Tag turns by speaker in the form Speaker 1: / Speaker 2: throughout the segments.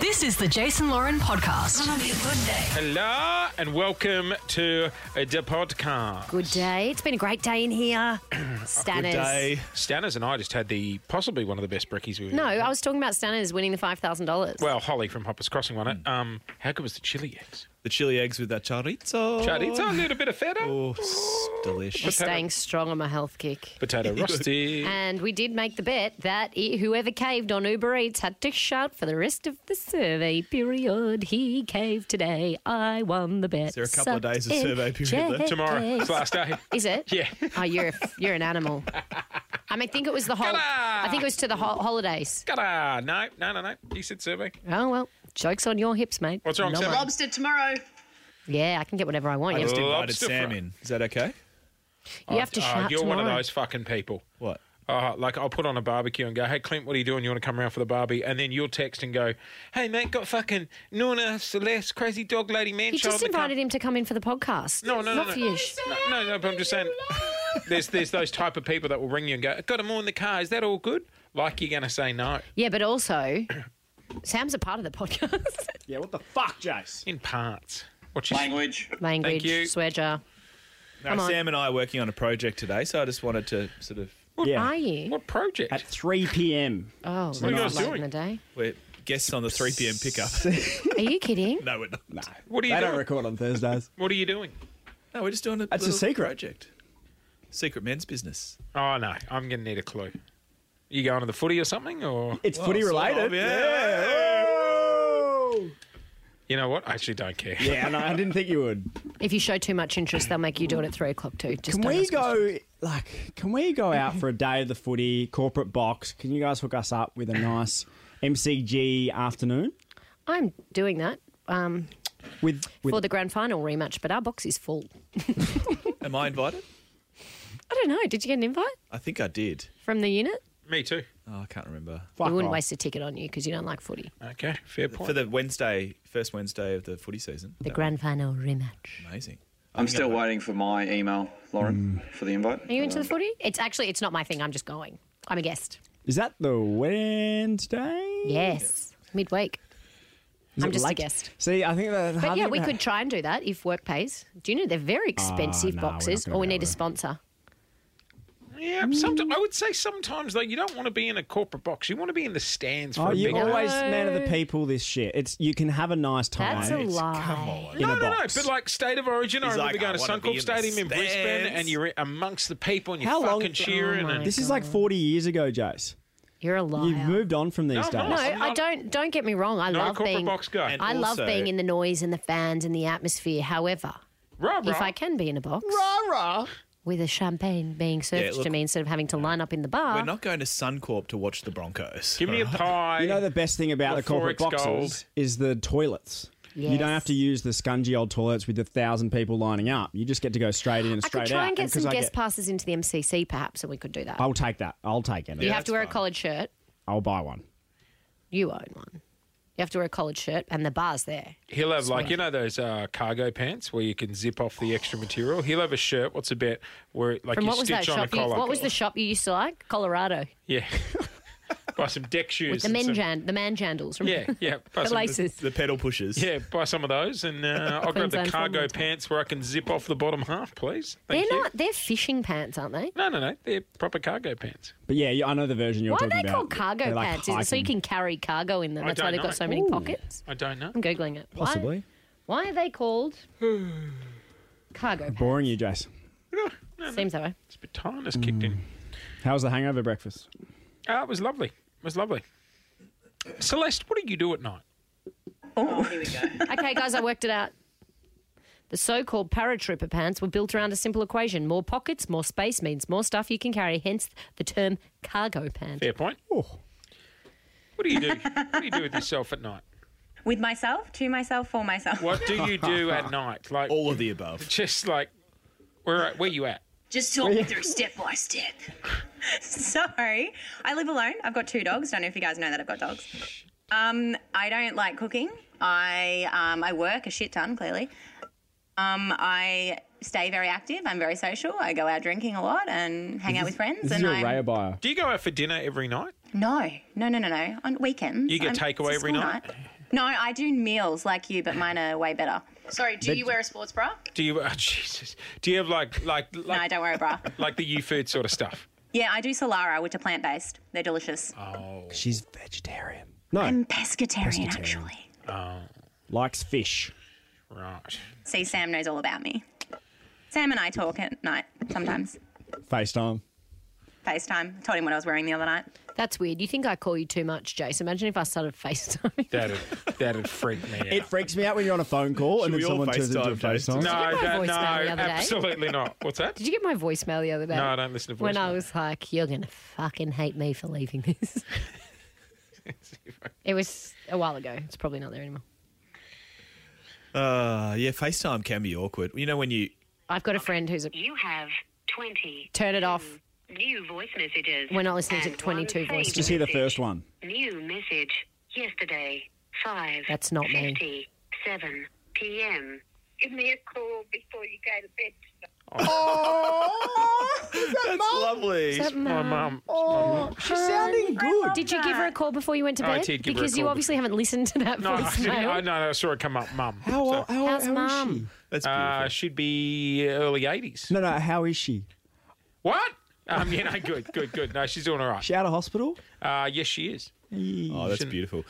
Speaker 1: This is the Jason Lauren podcast.
Speaker 2: Hello and welcome to the podcast.
Speaker 3: Good day. It's been a great day in here. Stanners.
Speaker 2: Stanners and I just had the possibly one of the best brickies we've
Speaker 3: No,
Speaker 2: ever had.
Speaker 3: I was talking about Stanners winning the five thousand dollars.
Speaker 2: Well, Holly from Hoppers Crossing won
Speaker 3: Hmm.
Speaker 2: it. Um, how good was the chili eggs?
Speaker 4: The chili eggs with that chorizo.
Speaker 2: Chorizo, a little bit of feta,
Speaker 4: Oh, s-
Speaker 3: I'm
Speaker 4: delish.
Speaker 3: staying strong on my health kick.
Speaker 2: potato rusty.
Speaker 3: And we did make the bet that i whoever caved on Uber Eats had to shout for the rest of the survey period. He caved today. I won the bet. Is
Speaker 4: there a couple of days of survey period left?
Speaker 2: Tomorrow, it's last day.
Speaker 3: Is it?
Speaker 2: Yeah.
Speaker 3: Oh, you're a f you're an animal. I mean, I think it was the whole.
Speaker 2: G'day.
Speaker 3: I think it was to the ho- holidays.
Speaker 2: Gotta no, no, no, no. You said survey.
Speaker 3: Oh well, jokes on your hips, mate.
Speaker 2: What's wrong,
Speaker 3: No
Speaker 2: Sam?
Speaker 3: one-
Speaker 5: Lobster tomorrow.
Speaker 3: Yeah, I can get whatever I want.
Speaker 4: I
Speaker 3: You have
Speaker 4: just
Speaker 3: to,
Speaker 4: invited
Speaker 2: Lobster
Speaker 4: Sam
Speaker 2: fry.
Speaker 4: in. Is that okay?
Speaker 3: you have to
Speaker 2: Oh,
Speaker 3: shout
Speaker 2: you're one of
Speaker 3: tomorrow.
Speaker 2: those fucking people.
Speaker 4: What?
Speaker 2: Oh, like I'll put on a barbecue and go, "Hey Clint, what are you doing? You want to come around for the barbie?" And then you'll text and go, "Hey mate, got fucking Nuna, Celeste, crazy dog lady, man
Speaker 3: He
Speaker 2: child."
Speaker 3: just
Speaker 2: to come."
Speaker 3: invited him to come in for the podcast.
Speaker 2: No, no, no,
Speaker 3: Not
Speaker 2: no.
Speaker 3: for you. Sh-
Speaker 2: No, no, no, but I'm just saying, there's there's those type of people that will ring you and go, "I've got them all in the car. Is that all good?" Like you're going to say no.
Speaker 3: Yeah, but also, Sam's a part of the podcast.
Speaker 6: Yeah, what the fuck, Jace?
Speaker 2: In parts. What's your
Speaker 5: Language.
Speaker 3: Language,
Speaker 2: you.
Speaker 3: swear jar.
Speaker 4: No,
Speaker 3: Come on.
Speaker 4: Sam and I are working on a project today, so I just wanted to sort of.
Speaker 3: What
Speaker 6: Yeah.
Speaker 3: are you?
Speaker 2: What project?
Speaker 6: At 3 p.m.
Speaker 3: Oh,
Speaker 2: What are you
Speaker 3: not
Speaker 2: guys
Speaker 3: late
Speaker 2: doing?
Speaker 3: in the day.
Speaker 4: We're guests on the 3 p.m. pickup.
Speaker 3: Are you kidding?
Speaker 4: no, we're not.
Speaker 2: what are you
Speaker 6: They
Speaker 2: doing?
Speaker 6: don't record on Thursdays.
Speaker 2: what are you doing?
Speaker 4: No, we're just doing a.
Speaker 6: That's a
Speaker 4: little
Speaker 6: secret.
Speaker 4: project. Secret men's business.
Speaker 2: Oh no, I'm going to need a clue. You going to the footy or something, or
Speaker 6: It's footy
Speaker 4: sort
Speaker 6: related.
Speaker 4: of, yeah.
Speaker 6: Oh.
Speaker 2: you know what? I actually don't care.
Speaker 6: Yeah, and I didn't think you would.
Speaker 3: If you show too much interest, they'll make you do it at three o'clock too. Just
Speaker 6: Can
Speaker 3: don't
Speaker 6: we
Speaker 3: ask questions.
Speaker 6: go like? Can we go out for a day of the footy corporate box? Can you guys hook us up with a nice MCG afternoon
Speaker 3: I'm doing that um,
Speaker 6: with with
Speaker 3: for the grand final rematch, but our box is full.
Speaker 4: Am I invited?
Speaker 3: I don't know. Did you get an invite
Speaker 4: I think I did.
Speaker 3: from the unit?
Speaker 2: Me too.
Speaker 4: Oh, I can't remember.
Speaker 6: fuck
Speaker 3: we wouldn't
Speaker 6: off.
Speaker 3: waste a ticket on you because you don't like footy.
Speaker 2: Okay, fair point.
Speaker 4: For the Wednesday, first Wednesday of the footy season.
Speaker 3: The
Speaker 4: That
Speaker 3: grand final rematch.
Speaker 4: was Amazing.
Speaker 7: I'm still waiting for my email, Lauren, for the invite.
Speaker 3: Are you into the footy? It's actually it's not my thing. I'm just going. I'm a guest.
Speaker 6: Is that the Wednesday?
Speaker 3: Yes, midweek.
Speaker 6: Is
Speaker 3: I'm
Speaker 6: it
Speaker 3: just a
Speaker 6: late?
Speaker 3: guest.
Speaker 6: See, I think that.
Speaker 3: But yeah, we could try and do that if work pays. Do you know they're very expensive
Speaker 6: no, we're not
Speaker 3: boxes,
Speaker 6: gonna
Speaker 3: or we
Speaker 6: be
Speaker 3: need
Speaker 6: able
Speaker 3: a
Speaker 6: to.
Speaker 3: sponsor?
Speaker 2: yeah, sometimes, I would say sometimes though you don't want to be in a corporate box. You want to be in the stands for
Speaker 6: Oh,
Speaker 2: a
Speaker 6: you
Speaker 2: big one.
Speaker 6: always man of the people. This shit. It's you can have a nice time.
Speaker 3: That's a lie.
Speaker 6: in
Speaker 2: no,
Speaker 6: a
Speaker 2: no, no.
Speaker 6: box.
Speaker 2: But like state of origin, I
Speaker 4: He's
Speaker 2: remember
Speaker 4: like,
Speaker 2: going
Speaker 4: "I
Speaker 2: to
Speaker 4: wanna be
Speaker 2: Suncorp
Speaker 4: in the
Speaker 2: Stadium in Brisbane,
Speaker 4: stands."
Speaker 2: and you're amongst the people, and you're
Speaker 6: How long-
Speaker 2: fucking cheering.
Speaker 3: Oh,
Speaker 2: and
Speaker 3: my
Speaker 6: This is like 40 years ago, Jace.
Speaker 3: You're a liar.
Speaker 6: You've moved on from
Speaker 4: Oh,
Speaker 6: these
Speaker 2: No, no,
Speaker 6: days.
Speaker 3: no,
Speaker 2: I'm
Speaker 3: I
Speaker 2: not-
Speaker 3: don't. Don't get me wrong. I
Speaker 2: not a
Speaker 3: love
Speaker 2: corporate
Speaker 3: being.
Speaker 2: box guy.
Speaker 3: I
Speaker 4: And
Speaker 3: love
Speaker 4: also-
Speaker 3: being in the noise and the fans and the atmosphere. However,
Speaker 2: rah,
Speaker 3: if
Speaker 2: rah.
Speaker 3: I can be in a box with a champagne being served
Speaker 4: Yeah, look-
Speaker 3: to me instead of having to line up in the bar,
Speaker 4: We're not going to Suncorp to watch the Broncos.
Speaker 2: Give me a pie.
Speaker 6: You know the best thing about
Speaker 2: Or
Speaker 6: the corporate
Speaker 2: 4X
Speaker 6: boxes
Speaker 2: gold.
Speaker 6: is the toilets. You
Speaker 3: Yes.
Speaker 6: don't have to use the scungy old toilets with a thousand people lining up. You just get to go straight in and
Speaker 3: I
Speaker 6: straight
Speaker 3: could try
Speaker 6: out.
Speaker 3: and get some
Speaker 6: 'cause I
Speaker 3: guest passes into the MCC, perhaps, and we could do that.
Speaker 6: I'll take that. I'll take it.
Speaker 3: you have
Speaker 4: that's
Speaker 3: to wear a
Speaker 4: fine.
Speaker 3: collared shirt.
Speaker 6: I'll buy one.
Speaker 3: You own one. You have to wear a collared shirt, and the bar's there.
Speaker 2: He'll have like you know those uh, cargo pants where you can zip off the extra material. He'll have a shirt. What's a bit where like
Speaker 3: From
Speaker 2: you
Speaker 3: what was
Speaker 2: stitch
Speaker 3: that
Speaker 2: on a
Speaker 3: shop? You,
Speaker 2: collar?
Speaker 3: what was the shop you used to like? Colorado.
Speaker 2: yeah? buy some deck shoes.
Speaker 3: With the
Speaker 2: and some-
Speaker 3: menjan, the manjandals. remember?
Speaker 2: Yeah, yeah. Buy
Speaker 3: the
Speaker 2: some,
Speaker 3: laces.
Speaker 4: The pedal pushers.
Speaker 2: yeah, buy some of those, and uh, I'll grab the
Speaker 3: Queensland
Speaker 2: cargo
Speaker 3: formal top.
Speaker 2: pants where I can zip off the bottom half, please.
Speaker 3: They're
Speaker 2: Thank you.
Speaker 3: not. They're fishing pants, aren't they?
Speaker 2: No, no, no. They're proper cargo pants.
Speaker 6: But yeah, you- I know the version you're
Speaker 3: Why are
Speaker 6: talking
Speaker 3: they
Speaker 6: about.
Speaker 3: called cargo
Speaker 6: They're, like,
Speaker 3: pants? Is it so you
Speaker 6: hiking.
Speaker 3: can carry cargo in them?
Speaker 2: I
Speaker 3: That's why
Speaker 2: don't
Speaker 3: they've
Speaker 2: know.
Speaker 3: got so many pockets.
Speaker 2: I don't know.
Speaker 3: I'm googling it. Why-
Speaker 6: Possibly.
Speaker 3: Why, are they called cargo pants?
Speaker 6: Boring you, Jace.
Speaker 3: Seems that way.
Speaker 2: It's a bit tiredness kicked
Speaker 6: Hmm.
Speaker 2: in.
Speaker 6: How was the hangover breakfast?
Speaker 2: Ah, it was lovely. It was lovely. Celeste, what do you do at night?
Speaker 3: Okay, guys, I worked it out. The so-called paratrooper pants were built around a simple equation: more pockets, more space means more stuff you can carry. Hence the term cargo pants.
Speaker 2: Fair point.
Speaker 6: Oh,
Speaker 2: What do you do? what do you do with yourself at night?
Speaker 8: With myself, to myself, for myself.
Speaker 2: What do you do at night? Like
Speaker 6: Oh.
Speaker 4: All of the above.
Speaker 2: just like where where you at?
Speaker 5: Just talk me through step by step.
Speaker 8: Sorry. I live alone. I've got two dogs. Don't know if you guys know that I've got dogs. Um, I don't like cooking. I um, I work a shit ton, clearly. Um, I stay very active. I'm very social. I go out drinking a lot and hang out with friends.
Speaker 6: this
Speaker 8: and
Speaker 6: is your
Speaker 8: I'm,
Speaker 6: Raya bio.
Speaker 2: Do you go out for dinner every night?
Speaker 8: No, no, no, no. On weekends.
Speaker 2: You get
Speaker 8: I'm-
Speaker 2: takeaway
Speaker 8: it's a
Speaker 2: every
Speaker 8: school
Speaker 2: night?
Speaker 8: No, I do meals like you, but mine are way better.
Speaker 9: Sorry, do you wear a sports bra?
Speaker 2: Do you? Oh, Jesus. Do you have like like like,
Speaker 8: No, don't worry, bra.
Speaker 2: like the U food sort of stuff?
Speaker 8: Yeah, I do Solara, which are plant based. They're delicious.
Speaker 6: She's vegetarian. No,
Speaker 8: I'm pescatarian, actually.
Speaker 6: likes fish.
Speaker 2: Right.
Speaker 8: See, Sam knows all about me. Sam and I talk at night sometimes.
Speaker 6: FaceTime.
Speaker 8: FaceTime. Told him what I was wearing the other night.
Speaker 3: That's weird. You think I call you too much, Jace? Imagine if I started FaceTiming.
Speaker 2: That'd that'd freak me out.
Speaker 6: It freaks me out when you're on a phone call
Speaker 4: Should
Speaker 6: and then
Speaker 4: we all
Speaker 6: someone turns into a
Speaker 4: FaceTime, Jason?
Speaker 6: FaceTime.
Speaker 2: no,
Speaker 3: Did you get
Speaker 2: that, no,
Speaker 3: my voicemail the other day?
Speaker 2: absolutely not. What's that?
Speaker 3: Did you get my voicemail the other day?
Speaker 2: No, I don't listen to
Speaker 3: When I
Speaker 2: voicemail.
Speaker 3: was like, you're going to fucking hate me for leaving this. it was a while ago. It's probably not there anymore.
Speaker 4: Uh, yeah, FaceTime can be awkward. You know when you
Speaker 3: I've got a friend who's a.
Speaker 5: You have 20
Speaker 3: Turn it off.
Speaker 5: new voice messages.
Speaker 3: We're not listening to
Speaker 5: and
Speaker 3: 22
Speaker 5: one
Speaker 3: voices.
Speaker 5: saved
Speaker 6: Just hear the
Speaker 5: message.
Speaker 6: first one.
Speaker 5: New message yesterday, 5.
Speaker 3: That's not me.
Speaker 5: 57 p.m. Give me a call before you go to bed.
Speaker 4: That's lovely.
Speaker 3: Is that
Speaker 2: My
Speaker 3: mum?
Speaker 2: mum.
Speaker 6: She's sounding good.
Speaker 3: Did you give her a call before you went to
Speaker 2: I
Speaker 3: bed?
Speaker 2: did give her a
Speaker 3: because you
Speaker 2: call
Speaker 3: obviously haven't listened to that
Speaker 2: No, I, didn't, I,
Speaker 3: voicemail.
Speaker 2: no, no, I saw it come up. Mum.
Speaker 6: How, how, how,
Speaker 3: How's
Speaker 6: is
Speaker 3: mum?
Speaker 4: That's
Speaker 2: So,
Speaker 4: beautiful.
Speaker 2: uh, she'd be early eighties.
Speaker 6: she? No, no, how is she?
Speaker 2: What? Um, yeah, no, good, good, good. No, she's doing all right.
Speaker 6: She out of hospital?
Speaker 2: Uh, yes, she is.
Speaker 4: oh, that's beautiful.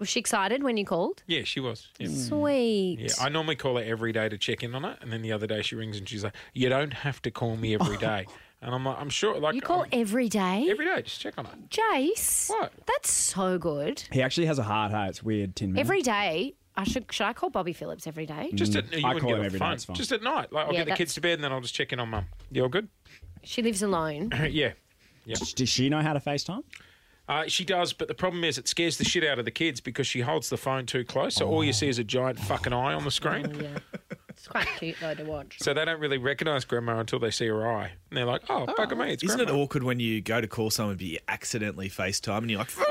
Speaker 3: Was she excited when you called?
Speaker 2: Yeah, she was. Yeah.
Speaker 3: Sweet.
Speaker 2: Hmm. Yeah, I normally call her every day to check in on her, and then the other day she rings and she's like, "You don't have to call me every day," and I'm like, "I'm sure." Like
Speaker 3: you call
Speaker 2: I'm-
Speaker 3: every day?
Speaker 2: every day, just check on her.
Speaker 3: Jace.
Speaker 2: What?
Speaker 3: That's so good.
Speaker 6: He actually has a hard heart. It's weird, Tin Man.
Speaker 3: Every day, I should should I call Bobby Phillips every day?
Speaker 2: Just at, you
Speaker 6: Mm, I
Speaker 2: wouldn't
Speaker 6: call
Speaker 2: get
Speaker 6: her
Speaker 2: off the
Speaker 6: every day,
Speaker 2: phone.
Speaker 6: it's fine.
Speaker 2: Just at night, like I'll
Speaker 3: Yeah,
Speaker 2: get the kids
Speaker 3: that's-
Speaker 2: to bed, and then I'll just check in on mum. You all good?
Speaker 3: She lives alone.
Speaker 2: yeah.
Speaker 6: Does she know how to FaceTime?
Speaker 2: Uh, she does, but the problem is it scares the shit out of the kids because she holds the phone too close, so
Speaker 6: Oh.
Speaker 2: all you see is a giant fucking eye on the screen.
Speaker 3: yeah. It's quite cute though to watch.
Speaker 2: So they don't really recognise grandma until they see her eye, and they're like, "Oh, bugger me, it's
Speaker 4: Isn't it
Speaker 2: grandma."
Speaker 4: awkward when you go to call someone but you accidentally FaceTime and you're like,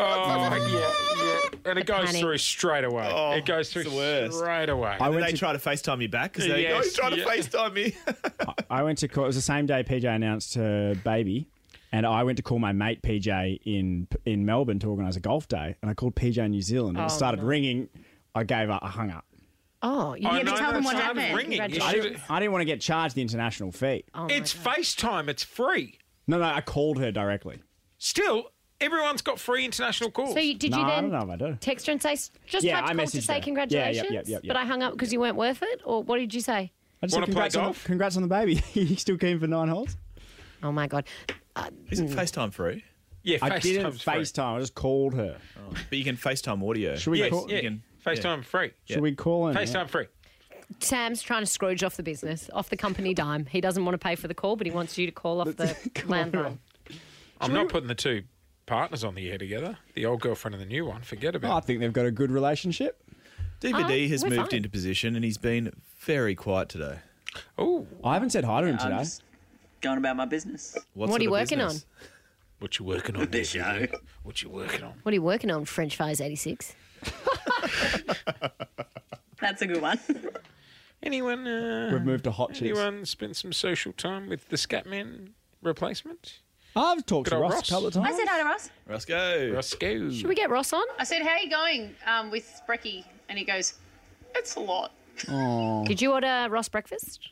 Speaker 2: Oh, yeah, yeah, and it goes
Speaker 3: panic.
Speaker 2: through straight away.
Speaker 4: Oh,
Speaker 2: it goes
Speaker 4: it's
Speaker 2: through
Speaker 4: the worst.
Speaker 2: straight away.
Speaker 4: and
Speaker 6: went
Speaker 4: then they
Speaker 6: to-
Speaker 4: try to FaceTime you back because they go,
Speaker 2: Yes,
Speaker 4: he's trying
Speaker 2: yeah.
Speaker 4: to FaceTime me.
Speaker 6: I went to call. It was the same day PJ announced her baby, and I went to call my mate PJ in in Melbourne to organise a golf day. And I called PJ in New Zealand, and it
Speaker 3: Oh,
Speaker 6: started
Speaker 3: no.
Speaker 6: ringing. I gave up. I hung up.
Speaker 3: Oh, you
Speaker 2: I
Speaker 8: but
Speaker 2: know
Speaker 8: tell them
Speaker 2: that's
Speaker 8: what
Speaker 2: not
Speaker 8: happened. Oh,
Speaker 2: Ringing. You
Speaker 3: Congratulations.
Speaker 6: I
Speaker 2: should-
Speaker 6: didn't, I didn't want to get charged the international fee.
Speaker 3: Oh.
Speaker 2: it's FaceTime. It's free.
Speaker 6: No, no, I called her directly.
Speaker 2: Still, everyone's got free international calls.
Speaker 3: So you, did
Speaker 6: No,
Speaker 3: you then
Speaker 6: I don't know if I do.
Speaker 3: text her and say just
Speaker 6: Yeah,
Speaker 3: tried to
Speaker 6: I
Speaker 3: call to say
Speaker 6: messaged her. Yeah, yeah,
Speaker 3: congratulations,
Speaker 6: yeah, yeah, yeah.
Speaker 3: but I hung up because you weren't worth it, or what did you say?
Speaker 6: I just said,
Speaker 2: Wanna play
Speaker 6: congrats, on the,
Speaker 2: golf?"
Speaker 6: congrats on the baby. you still keen for nine holes?
Speaker 3: Oh my god,
Speaker 4: Isn't FaceTime free?
Speaker 2: yeah,
Speaker 6: I didn't
Speaker 2: FaceTime's free.
Speaker 6: FaceTime. I just called her.
Speaker 4: But you can FaceTime audio.
Speaker 6: Should we
Speaker 2: Yes,
Speaker 6: call?
Speaker 2: yeah.
Speaker 4: You can-
Speaker 2: FaceTime free.
Speaker 6: Should we call her? now?
Speaker 2: FaceTime free.
Speaker 3: Sam's trying to Scrooge off the business, off the company dime. He doesn't want to pay for the call, but he wants you to call off the landline.
Speaker 2: I'm not putting the two partners on the air together. The old girlfriend and the new one. Forget
Speaker 6: Oh, I
Speaker 2: about. it.
Speaker 6: think they've got a good relationship.
Speaker 4: DVD has
Speaker 3: Uh, we're
Speaker 4: moved
Speaker 3: fine.
Speaker 4: into position and he's been very quiet today.
Speaker 2: Oh,
Speaker 6: I haven't said hi to him today.
Speaker 7: I'm just going about my business.
Speaker 3: What
Speaker 4: What, sort
Speaker 3: are you
Speaker 4: of
Speaker 3: working
Speaker 4: business?
Speaker 2: what you working on?
Speaker 7: This show.
Speaker 2: What you working on?
Speaker 3: What are you working on, French Fries eighty six?
Speaker 8: That's a good one.
Speaker 2: Anyone? Uh,
Speaker 6: We've moved to hot cheese.
Speaker 2: Anyone spend some social time with the Scatman replacement?
Speaker 6: I've talked
Speaker 2: Good
Speaker 6: to
Speaker 2: old
Speaker 6: Ross,
Speaker 2: Ross.
Speaker 6: a couple of times.
Speaker 8: I said hi to Ross.
Speaker 4: Roscoe.
Speaker 2: Roscoe.
Speaker 3: Should we get Ross on?
Speaker 9: I said, how are you going um, with Brecky? And he goes, that's a lot.
Speaker 3: Did you order Ross breakfast?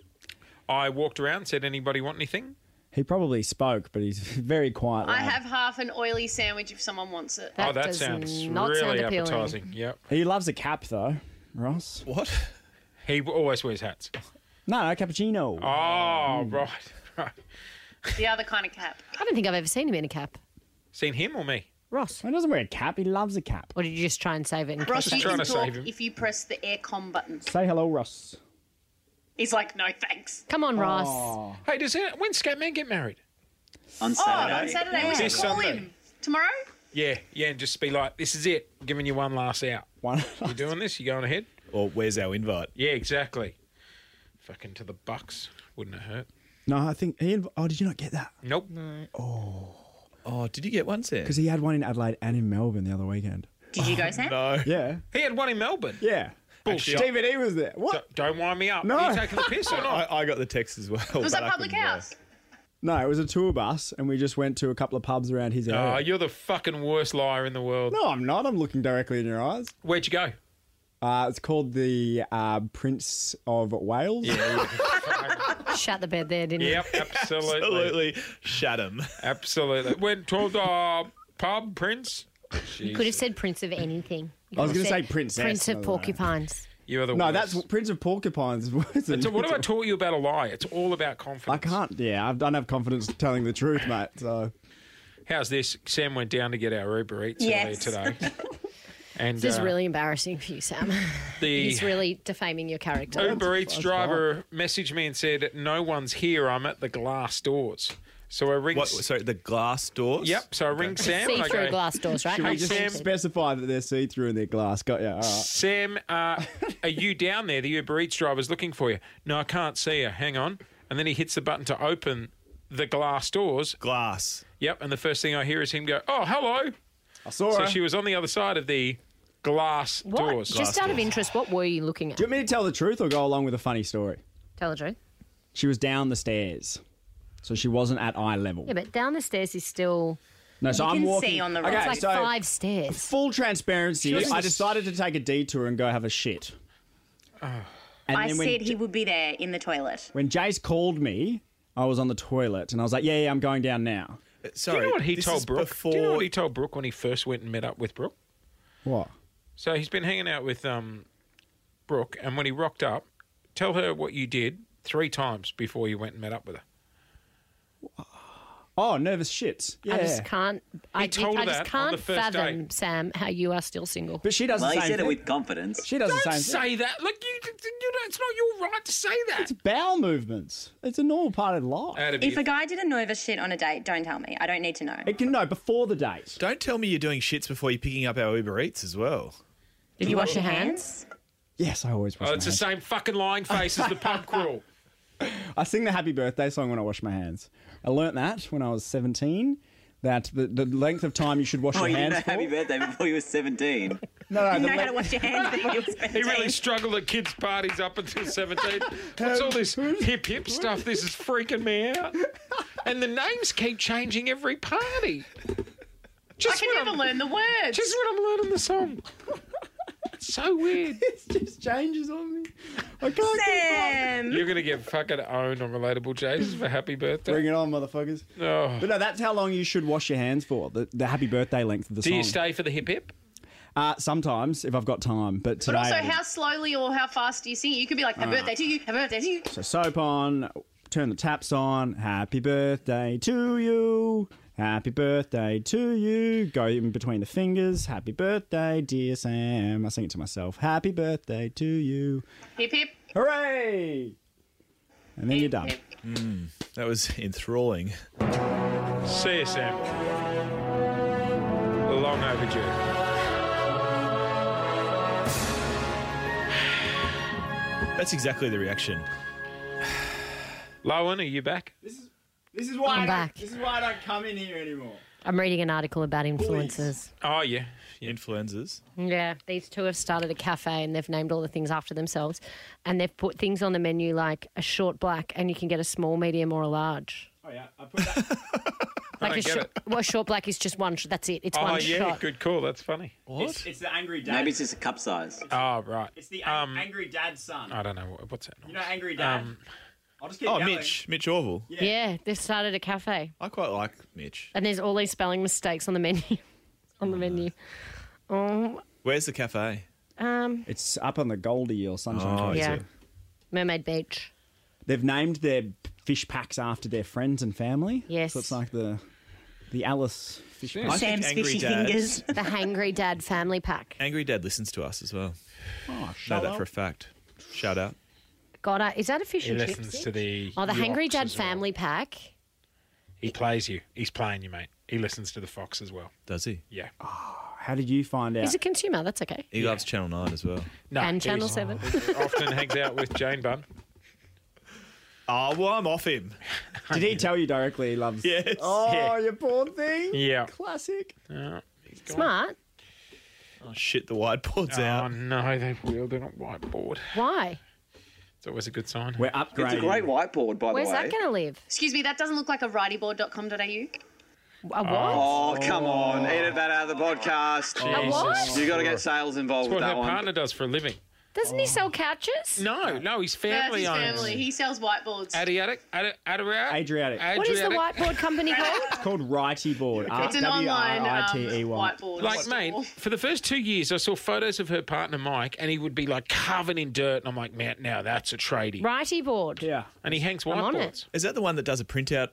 Speaker 2: I walked around. Said anybody want anything?
Speaker 6: He probably spoke, but he's very quiet.
Speaker 9: I
Speaker 6: lad.
Speaker 9: have half an oily sandwich if someone wants it.
Speaker 3: That
Speaker 2: oh, that
Speaker 3: does
Speaker 2: sounds
Speaker 3: not
Speaker 2: really
Speaker 3: sound appealing.
Speaker 2: appetizing. Yep.
Speaker 6: He loves a cap, though, Ross.
Speaker 4: What?
Speaker 2: He always wears hats.
Speaker 6: No, a cappuccino.
Speaker 2: Oh,
Speaker 3: Mm.
Speaker 2: right, right.
Speaker 9: The other kind of cap.
Speaker 3: I don't think I've ever seen him in a cap.
Speaker 2: Seen him or me?
Speaker 3: Ross.
Speaker 6: He doesn't wear a cap. He loves a cap.
Speaker 3: Or did you just try and save it? In
Speaker 9: Ross, you
Speaker 2: just
Speaker 3: case
Speaker 2: trying
Speaker 9: can
Speaker 2: to
Speaker 9: talk
Speaker 2: save him.
Speaker 9: if you press the aircom button.
Speaker 6: Say hello, Ross.
Speaker 9: He's like, no thanks.
Speaker 3: Come on, Ross.
Speaker 2: Hey, does it, when Scatman get married?
Speaker 7: On
Speaker 9: Oh,
Speaker 7: Saturday.
Speaker 9: on Saturday. we should
Speaker 2: This
Speaker 9: call
Speaker 2: Sunday.
Speaker 9: him. Tomorrow?
Speaker 2: Yeah, yeah, and just be like, this is it. I'm giving you one last out.
Speaker 6: One.
Speaker 2: You doing this? You going ahead?
Speaker 4: Or where's our invite?
Speaker 2: Yeah, exactly. Fucking to the Bucks. Wouldn't it hurt?
Speaker 6: no, I think he. Inv- oh, did you not get that?
Speaker 2: Nope.
Speaker 4: Oh, did you get one, Sam?
Speaker 6: Because he had one in Adelaide and in Melbourne the other weekend.
Speaker 8: Did you go, Sam?
Speaker 4: No.
Speaker 6: Yeah.
Speaker 2: He had one in Melbourne.
Speaker 6: Yeah.
Speaker 2: Bullshit.
Speaker 6: DVD was there. What?
Speaker 2: Don't- Don't wind me up.
Speaker 6: No.
Speaker 2: Are you taking the piss or not?
Speaker 4: I, I got the text as well.
Speaker 9: It was
Speaker 4: but
Speaker 9: at
Speaker 4: I
Speaker 9: Public
Speaker 4: couldn't uh, go.
Speaker 9: House.
Speaker 6: No, it was a tour bus, and we just went to a couple of pubs around his
Speaker 2: Oh,
Speaker 6: area.
Speaker 2: you're the fucking worst liar in the world.
Speaker 6: no, I'm not. I'm looking directly in your eyes.
Speaker 2: Where'd you go?
Speaker 6: Uh, it's called the uh, Prince of Wales.
Speaker 2: Yeah,
Speaker 3: Shut the bed there, didn't
Speaker 2: yep, absolutely. absolutely.
Speaker 4: Absolutely shat him.
Speaker 2: Went to the pub, Prince.
Speaker 3: you? Could have said Prince of anything. You
Speaker 6: I was
Speaker 3: could have
Speaker 6: gonna
Speaker 3: said
Speaker 6: say Princess,
Speaker 3: Prince
Speaker 6: by
Speaker 3: of
Speaker 6: the way.
Speaker 3: Porcupines.
Speaker 2: You are the
Speaker 6: No,
Speaker 2: worst.
Speaker 6: that's Prince of Porcupines.
Speaker 2: So what have I taught you about a lie? It's all about confidence.
Speaker 6: I can't. Yeah, I don't have confidence telling the truth, mate. So
Speaker 2: How's this? Sam went down to get our Uber Eats
Speaker 8: Yes.
Speaker 2: earlier today. And
Speaker 3: This is
Speaker 2: uh,
Speaker 3: really embarrassing for you, Sam.
Speaker 2: the
Speaker 3: He's really defaming your character.
Speaker 2: Uber Eats driver messaged me and said, "No one's here. I'm at the glass doors." So I ring.
Speaker 4: What? Sorry, the glass doors.
Speaker 2: Yep. So I ring Sam. and I
Speaker 3: See-through
Speaker 2: go,
Speaker 3: glass doors, right?
Speaker 2: we
Speaker 3: Not
Speaker 2: just-
Speaker 3: painted.
Speaker 6: specify that they're see through in their glass. Got yeah. All right.
Speaker 2: Sam, uh, are you down there? The Uber Eats driver's looking for you. No, I can't see you. Hang on. And then he hits the button to open the glass doors.
Speaker 4: Glass.
Speaker 2: Yep. And the first thing I hear is him go, "Oh, hello."
Speaker 6: I saw
Speaker 2: So
Speaker 6: her.
Speaker 2: she was on the other side of the glass
Speaker 3: What?
Speaker 2: doors.
Speaker 3: Just out of interest, what were you looking at?
Speaker 6: Do you want me to tell the truth or go along with a funny story?
Speaker 3: Tell the truth.
Speaker 6: She was down the stairs, so she wasn't at eye level.
Speaker 3: Yeah, but down the stairs is still
Speaker 6: no, so
Speaker 8: You
Speaker 6: I'm
Speaker 8: can
Speaker 6: walking.
Speaker 8: see on the
Speaker 6: Okay,
Speaker 8: right.
Speaker 3: like
Speaker 6: so
Speaker 3: five stairs.
Speaker 6: full transparency,
Speaker 2: wasn't
Speaker 6: I
Speaker 2: a-
Speaker 6: decided to take a detour and go have a shit.
Speaker 2: Ah.
Speaker 6: And
Speaker 8: I
Speaker 6: then when
Speaker 8: said
Speaker 6: J-
Speaker 8: he would be there in the toilet.
Speaker 6: when Jace called me, I was on the toilet and I was like, "Yeah, yeah, I'm going down now."
Speaker 4: Uh,
Speaker 2: Do
Speaker 4: Sorry.
Speaker 2: you know what he
Speaker 4: this is
Speaker 2: told Brooke?
Speaker 4: Before
Speaker 2: Do you know what he told Brooke when he first went and met up with Brooke?
Speaker 6: What?
Speaker 2: So he's been hanging out with um, Brooke, and when he rocked up, tell her what you did three times before you went and met up with her.
Speaker 6: Oh, nervous shits. Yeah.
Speaker 3: I just can't. I, ju-
Speaker 2: told
Speaker 3: I
Speaker 2: her
Speaker 3: just
Speaker 2: that on the
Speaker 3: can't
Speaker 2: first
Speaker 3: fathom,
Speaker 2: date.
Speaker 3: Sam, how you are still single.
Speaker 6: but she does
Speaker 7: Well,
Speaker 6: the
Speaker 7: he
Speaker 6: same
Speaker 7: said it
Speaker 6: thing.
Speaker 7: with confidence.
Speaker 6: she does the
Speaker 2: Don't
Speaker 6: same thing.
Speaker 2: say that. Look, you, you know, it's not your right to say that.
Speaker 6: It's bowel movements. It's a normal part of life.
Speaker 2: That'd be-
Speaker 8: If a guy did a nervous shit on a date, don't tell me. I don't need to know.
Speaker 6: it can no before the date.
Speaker 4: Don't tell me you're doing shits before you're picking up our Uber Eats as well.
Speaker 3: Did you wash your hands?
Speaker 6: Yes, I always wash
Speaker 2: Oh,
Speaker 6: my
Speaker 2: it's the
Speaker 6: hands.
Speaker 2: same fucking lying face as the pub crawl.
Speaker 6: I sing the happy birthday song when I wash my hands. I learnt that when I was 17. That the, the length of time you should wash
Speaker 7: Oh,
Speaker 6: your
Speaker 7: you didn't
Speaker 6: hands
Speaker 7: know
Speaker 6: for.
Speaker 7: happy birthday before you were 17.
Speaker 6: no, no,
Speaker 8: You
Speaker 6: the
Speaker 8: know how
Speaker 6: length-
Speaker 8: to wash your hands. but you're
Speaker 2: He really
Speaker 8: 17.
Speaker 2: struggled at kids' parties up until 17. What's all this hip hip stuff? This is freaking me out. And the names keep changing every party.
Speaker 9: I
Speaker 2: Just
Speaker 9: can
Speaker 2: when
Speaker 9: never
Speaker 2: I'm-
Speaker 9: learn the words.
Speaker 2: Just when I'm learning the song. It's so weird.
Speaker 6: it just changes on me. I can't
Speaker 8: Sam.
Speaker 2: You're going to get fucking owned on Relatable Jays for happy
Speaker 6: Bring
Speaker 2: birthday.
Speaker 6: it on, motherfuckers.
Speaker 2: Oh.
Speaker 6: But no, that's how long you should wash your hands for. The, the happy birthday length of the
Speaker 2: Do
Speaker 6: song.
Speaker 2: you stay for the hip hip?
Speaker 6: uh, sometimes, if I've got time, but today.
Speaker 9: But also,
Speaker 6: I didn't.
Speaker 9: how slowly or how fast do you sing? it? You could be like, "Happy birthday to you! Happy birthday to you!"
Speaker 6: So soap on, turn the taps on. Happy birthday to you. Happy birthday to you. Go in between the fingers. Happy birthday, dear Sam. I sing it to myself. Happy birthday to you.
Speaker 9: Hip hip.
Speaker 6: Hooray! And then you're done.
Speaker 4: That was enthralling.
Speaker 2: See you, Sam. Long overdue.
Speaker 4: That's exactly the reaction.
Speaker 2: Lowen, are you back?
Speaker 6: This is why
Speaker 3: I'm I don't- back. this
Speaker 6: is why I don't come in here anymore.
Speaker 3: Mm-hmm. I'm reading an article about influencers.
Speaker 2: Oh, yeah.
Speaker 4: Influenzas.
Speaker 3: Yeah, these two have started a cafe and they've named all the things after themselves. And they've put things on the menu like a short black, and you can get a small, medium, or a large.
Speaker 6: Oh yeah, I put that.
Speaker 3: Like
Speaker 2: don't
Speaker 3: a
Speaker 2: get
Speaker 3: short,
Speaker 2: it.
Speaker 3: well, a short black is just one. Sh- that's it. It's one
Speaker 2: Oh, yeah.
Speaker 3: shot.
Speaker 2: Good call. That's funny.
Speaker 6: it's, it's the angry dad.
Speaker 7: Maybe it's just a cup size.
Speaker 2: Oh, right. Um,
Speaker 6: angry dad's son.
Speaker 7: uh,
Speaker 2: I don't know. what- What's that? noise?
Speaker 6: angry dad.
Speaker 2: Um,
Speaker 6: I'll just keep
Speaker 4: Oh, Mitch. Mitch Orville.
Speaker 3: Yeah. they've started a cafe,
Speaker 4: I quite like Mitch.
Speaker 3: and there's all these spelling mistakes on the menu. on the menu. Oh,
Speaker 4: Where's the cafe?
Speaker 3: um,
Speaker 6: It's up on the Goldie or Sunshine.
Speaker 4: Oh,
Speaker 6: Coast.
Speaker 3: yeah,
Speaker 4: it?
Speaker 3: Mermaid Beach.
Speaker 6: They've named their fish packs after their friends and family.
Speaker 3: Yes.
Speaker 6: So it's like the the Alice fish pack.
Speaker 4: I think
Speaker 8: Sam's
Speaker 4: Angry
Speaker 8: fishy
Speaker 4: Dad-
Speaker 8: fingers.
Speaker 3: The Hangry Dad Family Pack.
Speaker 4: Angry Dad listens to us as well.
Speaker 6: Oh,
Speaker 4: Know
Speaker 6: shut
Speaker 4: that
Speaker 6: up.
Speaker 4: for a fact. Shout out.
Speaker 3: God, I, is that a fish
Speaker 2: He
Speaker 3: and
Speaker 2: listens
Speaker 3: chips?
Speaker 2: to the.
Speaker 3: oh, the Hangry
Speaker 2: Yorks
Speaker 3: Dad
Speaker 2: as well.
Speaker 3: Family Pack.
Speaker 2: He plays you. He's playing you, mate. He listens to the Fox as well.
Speaker 4: Does he?
Speaker 2: Yeah.
Speaker 6: How did you find out?
Speaker 3: He's a consumer. That's okay.
Speaker 4: He loves Channel 9 as well.
Speaker 2: No,
Speaker 3: and
Speaker 2: he's-
Speaker 3: Channel Seven.
Speaker 2: often hangs out with Jane Bunn.
Speaker 4: Oh, well, I'm off him.
Speaker 6: did he tell you directly he loves?
Speaker 4: Yes.
Speaker 6: Oh,
Speaker 2: Yeah.
Speaker 6: you poor thing.
Speaker 2: Yeah.
Speaker 6: Classic.
Speaker 3: Smart.
Speaker 4: Oh, shit, the whiteboard's
Speaker 2: Oh
Speaker 4: out.
Speaker 2: no, they wheeled on a whiteboard.
Speaker 3: Why?
Speaker 2: It's always a good sign.
Speaker 6: We're upgrading.
Speaker 7: It's a great whiteboard, by
Speaker 3: Where's
Speaker 7: the way.
Speaker 3: that going to live?
Speaker 9: Excuse me, that doesn't look like a writyboard.com.au.
Speaker 3: A uh, what?
Speaker 7: Oh, come on. Edit that out of the podcast.
Speaker 3: A what?
Speaker 7: you got to get sales involved
Speaker 2: That's
Speaker 7: with
Speaker 2: what her
Speaker 7: that one.
Speaker 2: partner does for a living.
Speaker 3: Doesn't he sell couches?
Speaker 2: No, no, he's
Speaker 9: That's
Speaker 2: family
Speaker 9: his
Speaker 2: owned.
Speaker 9: family. He sells whiteboards.
Speaker 2: Adriatic? Ad- Adriatic?
Speaker 6: Adriatic.
Speaker 3: What is the whiteboard company called?
Speaker 6: It's called Righty Board.
Speaker 9: it's an online um,
Speaker 6: R-W-R-I-T-E-Y.
Speaker 9: whiteboard.
Speaker 2: Like,
Speaker 9: store.
Speaker 2: mate, for the first two years, I saw photos of her partner, Mike, and he would be like covered in dirt. And I'm like, man, now that's a tradie.
Speaker 3: Righty board.
Speaker 6: Yeah.
Speaker 2: And he hangs
Speaker 3: on
Speaker 2: whiteboards.
Speaker 3: it.
Speaker 4: Is that the one that does a printout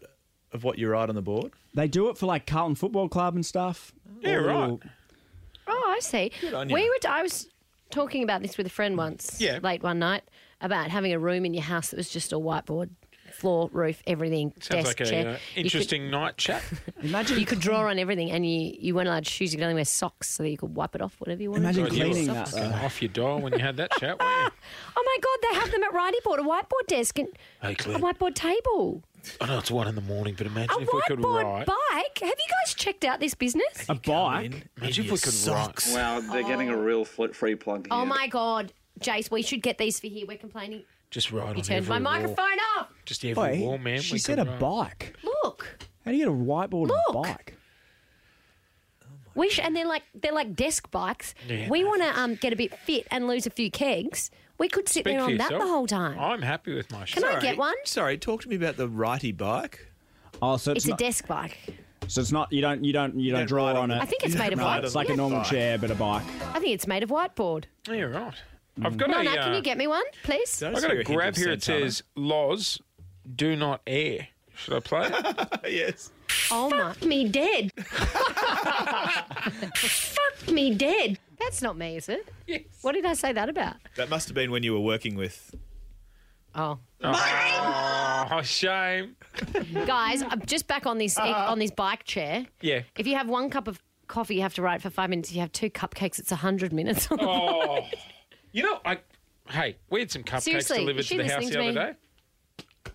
Speaker 4: of what you write on the board?
Speaker 6: They do it for like Carlton Football Club and stuff.
Speaker 2: Yeah,
Speaker 6: All the
Speaker 2: right.
Speaker 6: little-
Speaker 3: Oh, I see.
Speaker 4: on
Speaker 3: We
Speaker 4: you.
Speaker 3: were. I was talking about this with a friend once.
Speaker 2: Yeah.
Speaker 3: Late one night about having a room in your house that was just all whiteboard, floor, roof, everything,
Speaker 2: Sounds
Speaker 3: desk,
Speaker 2: like
Speaker 3: chair.
Speaker 2: an uh,
Speaker 3: You could-
Speaker 2: interesting night chat.
Speaker 6: Imagine,
Speaker 3: You could draw on everything, and you, you weren't allowed shoes. You could only wear socks so that you could wipe it off whatever you wanted.
Speaker 6: imagine
Speaker 2: God, you were
Speaker 6: cleaning that.
Speaker 2: fucking
Speaker 6: though.
Speaker 2: off your dial when you had that chat, weren't
Speaker 3: Oh my God! They have them at Righty Board, a whiteboard desk, and
Speaker 2: you? Hey,
Speaker 3: a
Speaker 2: Claire,
Speaker 3: whiteboard table,
Speaker 2: I know it's one in the morning, but imagine
Speaker 3: a
Speaker 2: if we could
Speaker 3: whiteboard
Speaker 2: write.
Speaker 3: bike. Have you guys checked out this business?
Speaker 6: A bike.
Speaker 2: Imagine if we could
Speaker 4: socks.
Speaker 7: Wow, they're getting a real fl- free plug here.
Speaker 3: Oh my God, Jace, we should get these for here. We're complaining.
Speaker 2: Just write
Speaker 3: You
Speaker 2: on
Speaker 3: turned
Speaker 2: every
Speaker 3: my
Speaker 2: wall.
Speaker 3: microphone off.
Speaker 2: Just every
Speaker 6: Wait,
Speaker 2: wall, man.
Speaker 6: she
Speaker 2: we
Speaker 6: said a
Speaker 2: could write.
Speaker 6: bike.
Speaker 3: Look.
Speaker 6: How do you get a whiteboard and a
Speaker 3: Look.
Speaker 6: bike?
Speaker 3: We sh- and they're like they're like desk bikes.
Speaker 2: Yeah.
Speaker 3: we want to um, get a bit fit and lose a few kegs. We could sit
Speaker 2: Speak
Speaker 3: there
Speaker 2: for
Speaker 3: on that
Speaker 2: yourself.
Speaker 3: the whole time.
Speaker 2: I'm happy with my shit.
Speaker 3: Can I get one?
Speaker 4: Sorry, talk to me about the righty bike.
Speaker 6: Oh, so it's,
Speaker 3: It's a
Speaker 6: not,
Speaker 3: desk bike.
Speaker 6: so it's not you don't you don't you don't
Speaker 4: don't
Speaker 6: draw
Speaker 4: ride
Speaker 6: on
Speaker 4: on
Speaker 6: it.
Speaker 4: it.
Speaker 3: I think it's
Speaker 4: Yeah,
Speaker 3: made of
Speaker 4: right,
Speaker 3: white.
Speaker 6: it's like a normal
Speaker 4: Bike.
Speaker 6: chair but a bike.
Speaker 3: I think it's made of whiteboard.
Speaker 2: Yeah, you're right. I've got a.
Speaker 3: Nona, can
Speaker 2: uh,
Speaker 3: you get me one, please?
Speaker 4: Don't
Speaker 2: I got
Speaker 4: say
Speaker 2: a
Speaker 4: you're hint
Speaker 2: grab
Speaker 4: of
Speaker 2: here. It
Speaker 4: Santana.
Speaker 2: says "Laws do not air." Should I play it?
Speaker 4: yes.
Speaker 3: Oh my!
Speaker 1: Me dead. Fuck me dead.
Speaker 3: That's not me, is it? Yes. What did I say that about?
Speaker 4: That must have been when you were working with.
Speaker 3: Oh,
Speaker 2: oh, shame.
Speaker 3: guys, I'm just back on this e-
Speaker 4: Uh-huh.
Speaker 3: on this bike chair.
Speaker 2: Yeah.
Speaker 3: If you have one cup of coffee, you have to write for five minutes. If you have two cupcakes, it's hundred minutes. On the
Speaker 2: Oh, you know, I. Hey, we had some cupcakes
Speaker 3: Seriously,
Speaker 2: delivered
Speaker 3: is she
Speaker 2: to the house the
Speaker 3: listening to
Speaker 2: other day.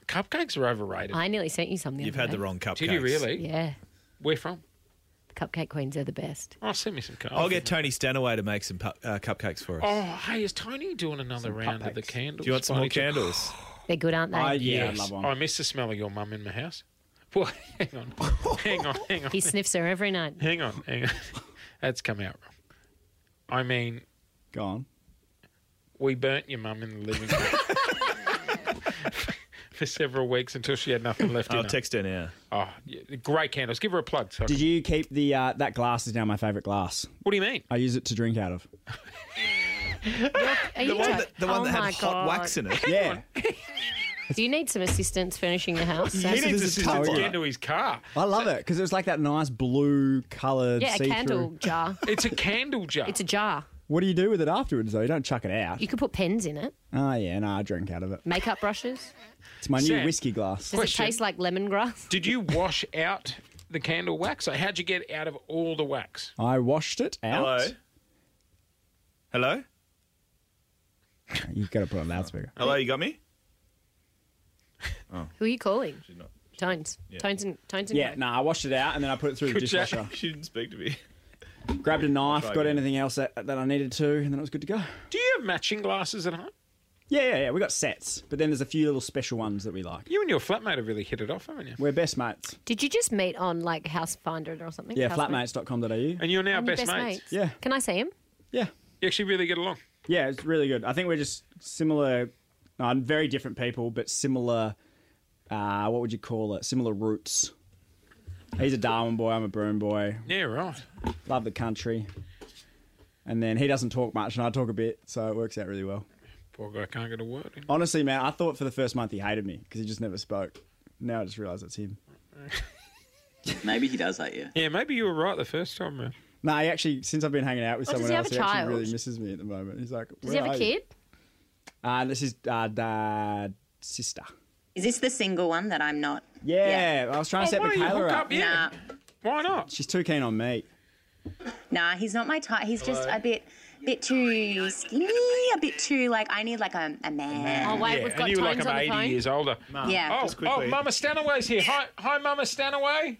Speaker 2: Cupcakes are overrated.
Speaker 3: I nearly sent you something.
Speaker 4: You've had the wrong cupcakes.
Speaker 2: Did you really?
Speaker 3: Yeah,
Speaker 2: Where from?
Speaker 3: the cupcake queens are the best.
Speaker 2: Oh, send me some cupcakes.
Speaker 4: I'll get Tony Stanaway to make some pu- uh, cupcakes for us.
Speaker 2: Oh, hey, is Tony doing another round of the candles?
Speaker 4: Do you want some
Speaker 2: by
Speaker 4: more
Speaker 2: any chance?
Speaker 4: candles?
Speaker 3: They're good, aren't they?
Speaker 6: I, yeah,
Speaker 2: Yes.
Speaker 6: I love one.
Speaker 2: I miss the smell of your mum in my house. Well, hang on, hang on, hang on.
Speaker 3: He sniffs her every night.
Speaker 2: Hang on, hang on. That's come out wrong. I mean,
Speaker 6: Go on.
Speaker 2: we burnt your mum in the living room for several weeks until she had nothing left
Speaker 4: I'll
Speaker 2: in her.
Speaker 4: text her now.
Speaker 2: Oh, yeah, great candles. Give her a plug. Sorry.
Speaker 6: Did you keep the uh, that glass is now my favourite glass.
Speaker 2: what do you mean?
Speaker 6: I use it to drink out of.
Speaker 3: Are
Speaker 4: The
Speaker 3: you
Speaker 4: one
Speaker 3: joking?
Speaker 4: that, the one
Speaker 3: oh
Speaker 4: that
Speaker 3: my
Speaker 4: had hot
Speaker 3: God.
Speaker 4: wax in it.
Speaker 6: Yeah.
Speaker 3: Do you need some assistance furnishing your house?
Speaker 2: He needs
Speaker 6: is a
Speaker 2: assistance to
Speaker 6: tower.
Speaker 2: get into his car.
Speaker 6: I love it because it was like that nice blue coloured
Speaker 3: yeah, a
Speaker 6: see-through.
Speaker 3: candle jar.
Speaker 2: It's a candle jar.
Speaker 3: It's a jar.
Speaker 6: What do you do with it afterwards though? You don't chuck it out.
Speaker 3: You could put pens in it.
Speaker 6: Oh yeah, no, I drink out of it.
Speaker 3: Makeup brushes.
Speaker 6: It's my new
Speaker 2: Sam.
Speaker 6: whiskey glass.
Speaker 3: Does
Speaker 2: Question.
Speaker 3: it taste like lemongrass?
Speaker 2: Did you wash out the candle wax? Like, how'd you get out of all the wax?
Speaker 6: I washed it out.
Speaker 4: Hello? Hello?
Speaker 6: You've got to put on loudspeaker.
Speaker 4: Hello, you got me?
Speaker 3: Who are you calling?
Speaker 4: She's not.
Speaker 3: Tones. Tones and Tones and
Speaker 6: Yeah,
Speaker 3: Craig.
Speaker 6: no, I washed it out and then I put it through the
Speaker 2: Good job.
Speaker 6: dishwasher.
Speaker 4: She didn't speak to me.
Speaker 6: Grabbed a knife,
Speaker 4: Try
Speaker 6: got
Speaker 4: again.
Speaker 6: anything else that, that I needed to, and then it was good to go.
Speaker 2: Do you have matching glasses at home?
Speaker 6: Yeah, yeah, yeah. We got sets, but then there's a few little special ones that we like.
Speaker 2: You and your flatmate have really hit it off, haven't you?
Speaker 6: We're best mates.
Speaker 3: Did you just meet on like House Finder or something?
Speaker 6: Yeah,
Speaker 3: House
Speaker 6: flatmates.com.au.
Speaker 2: And you're now
Speaker 3: Finder?
Speaker 2: best,
Speaker 3: Best
Speaker 2: mates.
Speaker 3: mates.
Speaker 6: Yeah.
Speaker 3: Can I see him?
Speaker 6: Yeah.
Speaker 2: You actually really get along.
Speaker 6: Yeah, it's really good. I think we're just similar, no, very different people, but similar, uh, what would you call it? Similar roots. He's a Darwin boy, I'm a Broome boy.
Speaker 2: Yeah, right.
Speaker 6: Love the country. And then he doesn't talk much, and I talk a bit, so it works out really well.
Speaker 2: Poor guy can't get a word in.
Speaker 6: Honestly, man, I thought for the first month he hated me because he just never spoke. Now I just realise it's him.
Speaker 7: Maybe he does hate you.
Speaker 2: Yeah, maybe you were right the first time, man.
Speaker 6: No, he actually, since I've been hanging out with
Speaker 3: Oh, does
Speaker 6: someone
Speaker 3: he have
Speaker 6: else,
Speaker 3: a
Speaker 6: he actually
Speaker 3: child?
Speaker 6: really misses me at the moment. He's like,
Speaker 3: Does he have a kid?
Speaker 6: Uh, this is uh, dad, sister.
Speaker 8: Is this the single one that I'm not?
Speaker 6: Yeah, I was trying to set
Speaker 2: why don't you
Speaker 6: Michaela
Speaker 2: hook
Speaker 6: up.
Speaker 2: up? Yeah. Why not?
Speaker 6: She's too keen on me.
Speaker 8: Nah, he's not my type. He's just a bit, bit too skinny, a bit too like I need like a, a man.
Speaker 3: Oh wait,
Speaker 2: yeah,
Speaker 3: we've
Speaker 2: and
Speaker 3: got
Speaker 2: you were like
Speaker 3: Tones
Speaker 2: I'm
Speaker 3: on the
Speaker 2: 80
Speaker 3: phone.
Speaker 2: years older.
Speaker 8: Yeah.
Speaker 2: Oh, oh,
Speaker 4: quickly.
Speaker 2: Mama Stanaway's here. Hi, hi, Mama Stanaway.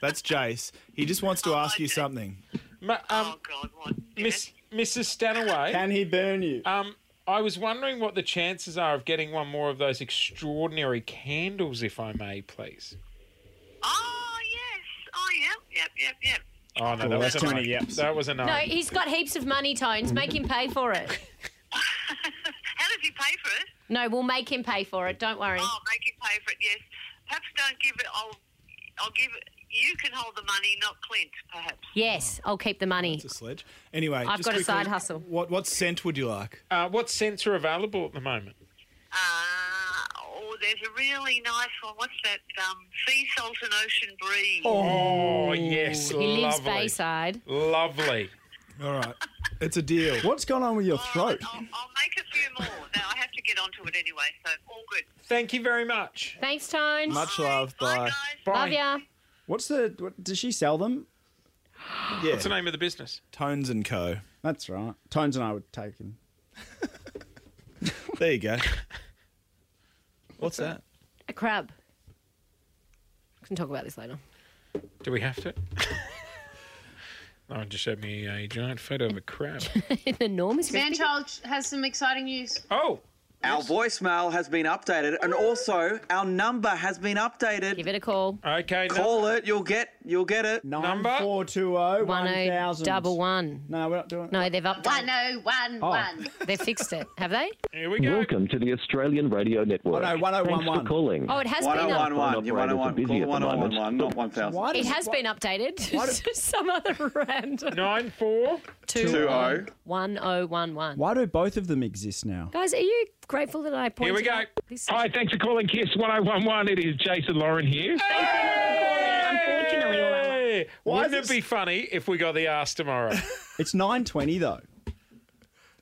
Speaker 4: That's Jace. He just wants
Speaker 2: Oh,
Speaker 4: to ask you something.
Speaker 2: Ma- um,
Speaker 5: Oh, God, what?
Speaker 2: Miss Mrs. Stanaway.
Speaker 6: Can he burn you?
Speaker 3: Uh,
Speaker 2: Um, I was wondering what the chances are of getting one more of those extraordinary candles, if I may, please.
Speaker 5: Oh, yep, yep, yep.
Speaker 2: Oh no, that was
Speaker 6: that's too
Speaker 2: enough.
Speaker 6: many yeps.
Speaker 2: That was enough.
Speaker 3: No, he's got heaps of money, Tones. Make him pay for it.
Speaker 5: How does he pay for it?
Speaker 3: No, we'll make him pay for it. Don't worry.
Speaker 5: Oh, make him pay for it. Yes. Perhaps don't give it. I'll. I'll give it. You can hold the money, not Clint. Perhaps.
Speaker 3: Yes, I'll keep the money.
Speaker 4: It's a sledge. Anyway,
Speaker 3: I've
Speaker 4: just
Speaker 3: got a
Speaker 4: quickly,
Speaker 3: side hustle.
Speaker 4: What what scent would you like?
Speaker 2: Uh, what scents are available at the moment?
Speaker 5: Uh, oh, there's a really nice one. What's that? Um, sea salt and ocean breeze.
Speaker 2: Oh yes,
Speaker 3: He lives
Speaker 2: lovely,
Speaker 3: Bayside.
Speaker 2: lovely.
Speaker 4: All right, it's a deal.
Speaker 6: What's going on with
Speaker 3: Oh,
Speaker 6: your
Speaker 5: I'll,
Speaker 6: throat?
Speaker 5: I'll make a few more. Now I have to get onto it anyway, so all good.
Speaker 2: Thank you very much.
Speaker 3: Thanks, Tones.
Speaker 4: Much love.
Speaker 5: Bye,
Speaker 4: Bye.
Speaker 5: guys.
Speaker 2: Bye.
Speaker 3: Love ya.
Speaker 6: What's the? What, does she sell them?
Speaker 4: Yeah.
Speaker 2: What's the name of the business?
Speaker 4: Tones and Co.
Speaker 6: That's right. Tones and I would take them.
Speaker 4: There you go. What's that?
Speaker 3: A crab. We can talk about this later.
Speaker 2: Do we have to? no, one just showed me a giant photo of a crab.
Speaker 3: An enormous
Speaker 9: Man Child has some exciting news.
Speaker 2: Oh,
Speaker 7: Our voicemail has been updated, and also our number has been
Speaker 3: Give
Speaker 7: updated.
Speaker 3: it a call.
Speaker 2: okay. no-
Speaker 7: Call it. You'll get. You'll get it.
Speaker 2: Number?
Speaker 6: 9420
Speaker 3: 1011.
Speaker 6: 1000. oh, No, we're not doing
Speaker 3: No, they've upped it.
Speaker 9: 1011.
Speaker 3: They've fixed it, have they?
Speaker 2: Here we go.
Speaker 10: Welcome to the Australian Radio Network.
Speaker 6: Oh, no, 1011.
Speaker 10: Thanks for calling.
Speaker 3: Oh, it has been up-
Speaker 7: 1011. You're
Speaker 10: Phone operators are
Speaker 7: 101.
Speaker 10: busy
Speaker 7: Call
Speaker 10: at the
Speaker 7: 1011, not 1000.
Speaker 6: Why
Speaker 3: It
Speaker 6: does-
Speaker 3: has
Speaker 6: why-
Speaker 3: been updated
Speaker 6: do-
Speaker 3: to some other random.
Speaker 2: Nine four.
Speaker 3: Two
Speaker 7: Two
Speaker 3: oh
Speaker 7: oh.
Speaker 3: one oh one one.
Speaker 6: Why do both of them exist now?
Speaker 3: Guys, are you grateful that I
Speaker 2: Here
Speaker 3: pointed
Speaker 2: we go.
Speaker 3: out this?
Speaker 11: Hi, thanks for calling KISS 1011. It is Jason Lauren here.
Speaker 3: Unfortunately, all I-
Speaker 2: Hey, wouldn't
Speaker 6: is
Speaker 2: it be funny if we got the ass tomorrow?
Speaker 6: It's 9.20 though.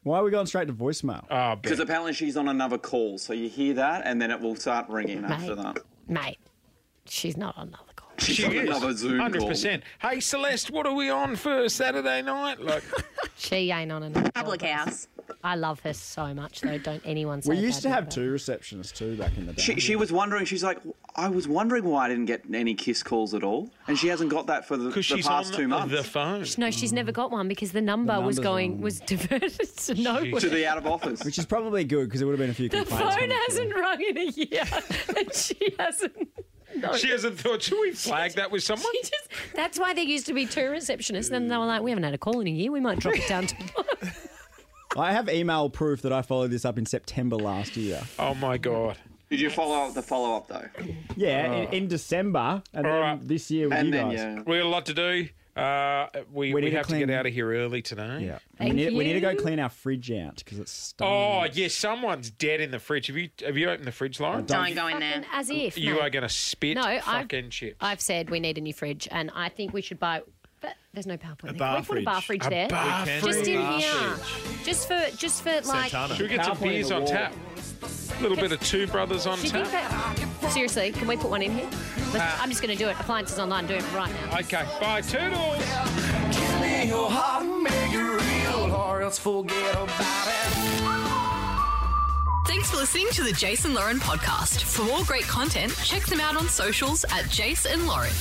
Speaker 6: Why are we going straight to voicemail?
Speaker 2: Oh,
Speaker 7: Because
Speaker 2: because
Speaker 7: apparently she's on another call, so you hear that, and then it will start ringing after that.
Speaker 3: Mate, she's not on another call.
Speaker 7: She's on another Zoom call.
Speaker 2: hundred percent. Hey Celeste, what are we on for Saturday night? Like,
Speaker 3: She ain't on another call.
Speaker 8: Public house.
Speaker 3: I love her so much, though. Don't anyone say
Speaker 6: we
Speaker 3: a bad
Speaker 6: used to
Speaker 3: word
Speaker 6: have
Speaker 3: about her.
Speaker 6: two receptionists too back in the day.
Speaker 7: She, she was wondering. She's like, I was wondering why I didn't get any kiss calls at all, and she hasn't got that for the, the
Speaker 2: because she's
Speaker 7: past
Speaker 2: on
Speaker 7: two
Speaker 2: the,
Speaker 7: months.
Speaker 2: the phone.
Speaker 3: No, she's never got one because the number was
Speaker 6: number's
Speaker 3: going
Speaker 6: wrong.
Speaker 3: was diverted to nowhere.
Speaker 7: to the out of office.
Speaker 6: Which is probably good because there would have been a few
Speaker 3: The
Speaker 6: complaints.
Speaker 3: phone
Speaker 6: coming through.
Speaker 3: hasn't rung in a year, and she hasn't. No.
Speaker 2: She hasn't thought. Should we flag that with someone?
Speaker 3: She just, that's why there used to be two receptionists, and then they were like, "We haven't had a call in a year. We might drop it down to one."
Speaker 6: I have email proof that I followed this up in September last year.
Speaker 2: Oh my god.
Speaker 7: Did you follow up the follow up though?
Speaker 6: Yeah, in, in December, and then
Speaker 2: Alright.
Speaker 6: this year with
Speaker 7: Oh. And
Speaker 6: you
Speaker 7: then
Speaker 6: guys.
Speaker 7: yeah,
Speaker 2: We got a lot to do. Uh, we
Speaker 6: We
Speaker 2: we,
Speaker 6: need to
Speaker 2: have to get
Speaker 6: clean-
Speaker 2: out of here early today.
Speaker 6: Yeah.
Speaker 3: Thank
Speaker 6: we, need, we need to go
Speaker 3: you.
Speaker 6: clean our fridge out because it's
Speaker 2: Oh
Speaker 6: stinks.
Speaker 2: yes, someone's dead in the fridge. Have you have you opened the fridge, Lauren?
Speaker 8: Don't go in there.
Speaker 3: And as if
Speaker 2: You
Speaker 3: mate.
Speaker 2: are going to spit
Speaker 3: No, I've-
Speaker 2: fucking chips.
Speaker 3: I've said we need a new fridge, and I think we should buy. But there's no PowerPoint. there. Can
Speaker 4: bar
Speaker 3: we put a bar fridge
Speaker 2: A
Speaker 3: there.
Speaker 2: bar
Speaker 3: just in
Speaker 2: fridge.
Speaker 3: here, just for just for like.
Speaker 4: Santana.
Speaker 2: Should we get some
Speaker 6: Halfway in
Speaker 2: beers
Speaker 6: the
Speaker 2: on
Speaker 6: wall.
Speaker 2: tap? A little bit of Two Brothers on
Speaker 3: Do you think
Speaker 2: tap.
Speaker 3: that? Seriously, can we put one in here? Let's- I'm just going to do it. Appliances online, do it right now.
Speaker 2: Okay, bye, Toodles.
Speaker 11: Thanks for listening to the Jason Lauren podcast. For more great content, check them out on socials at Jason Lauren.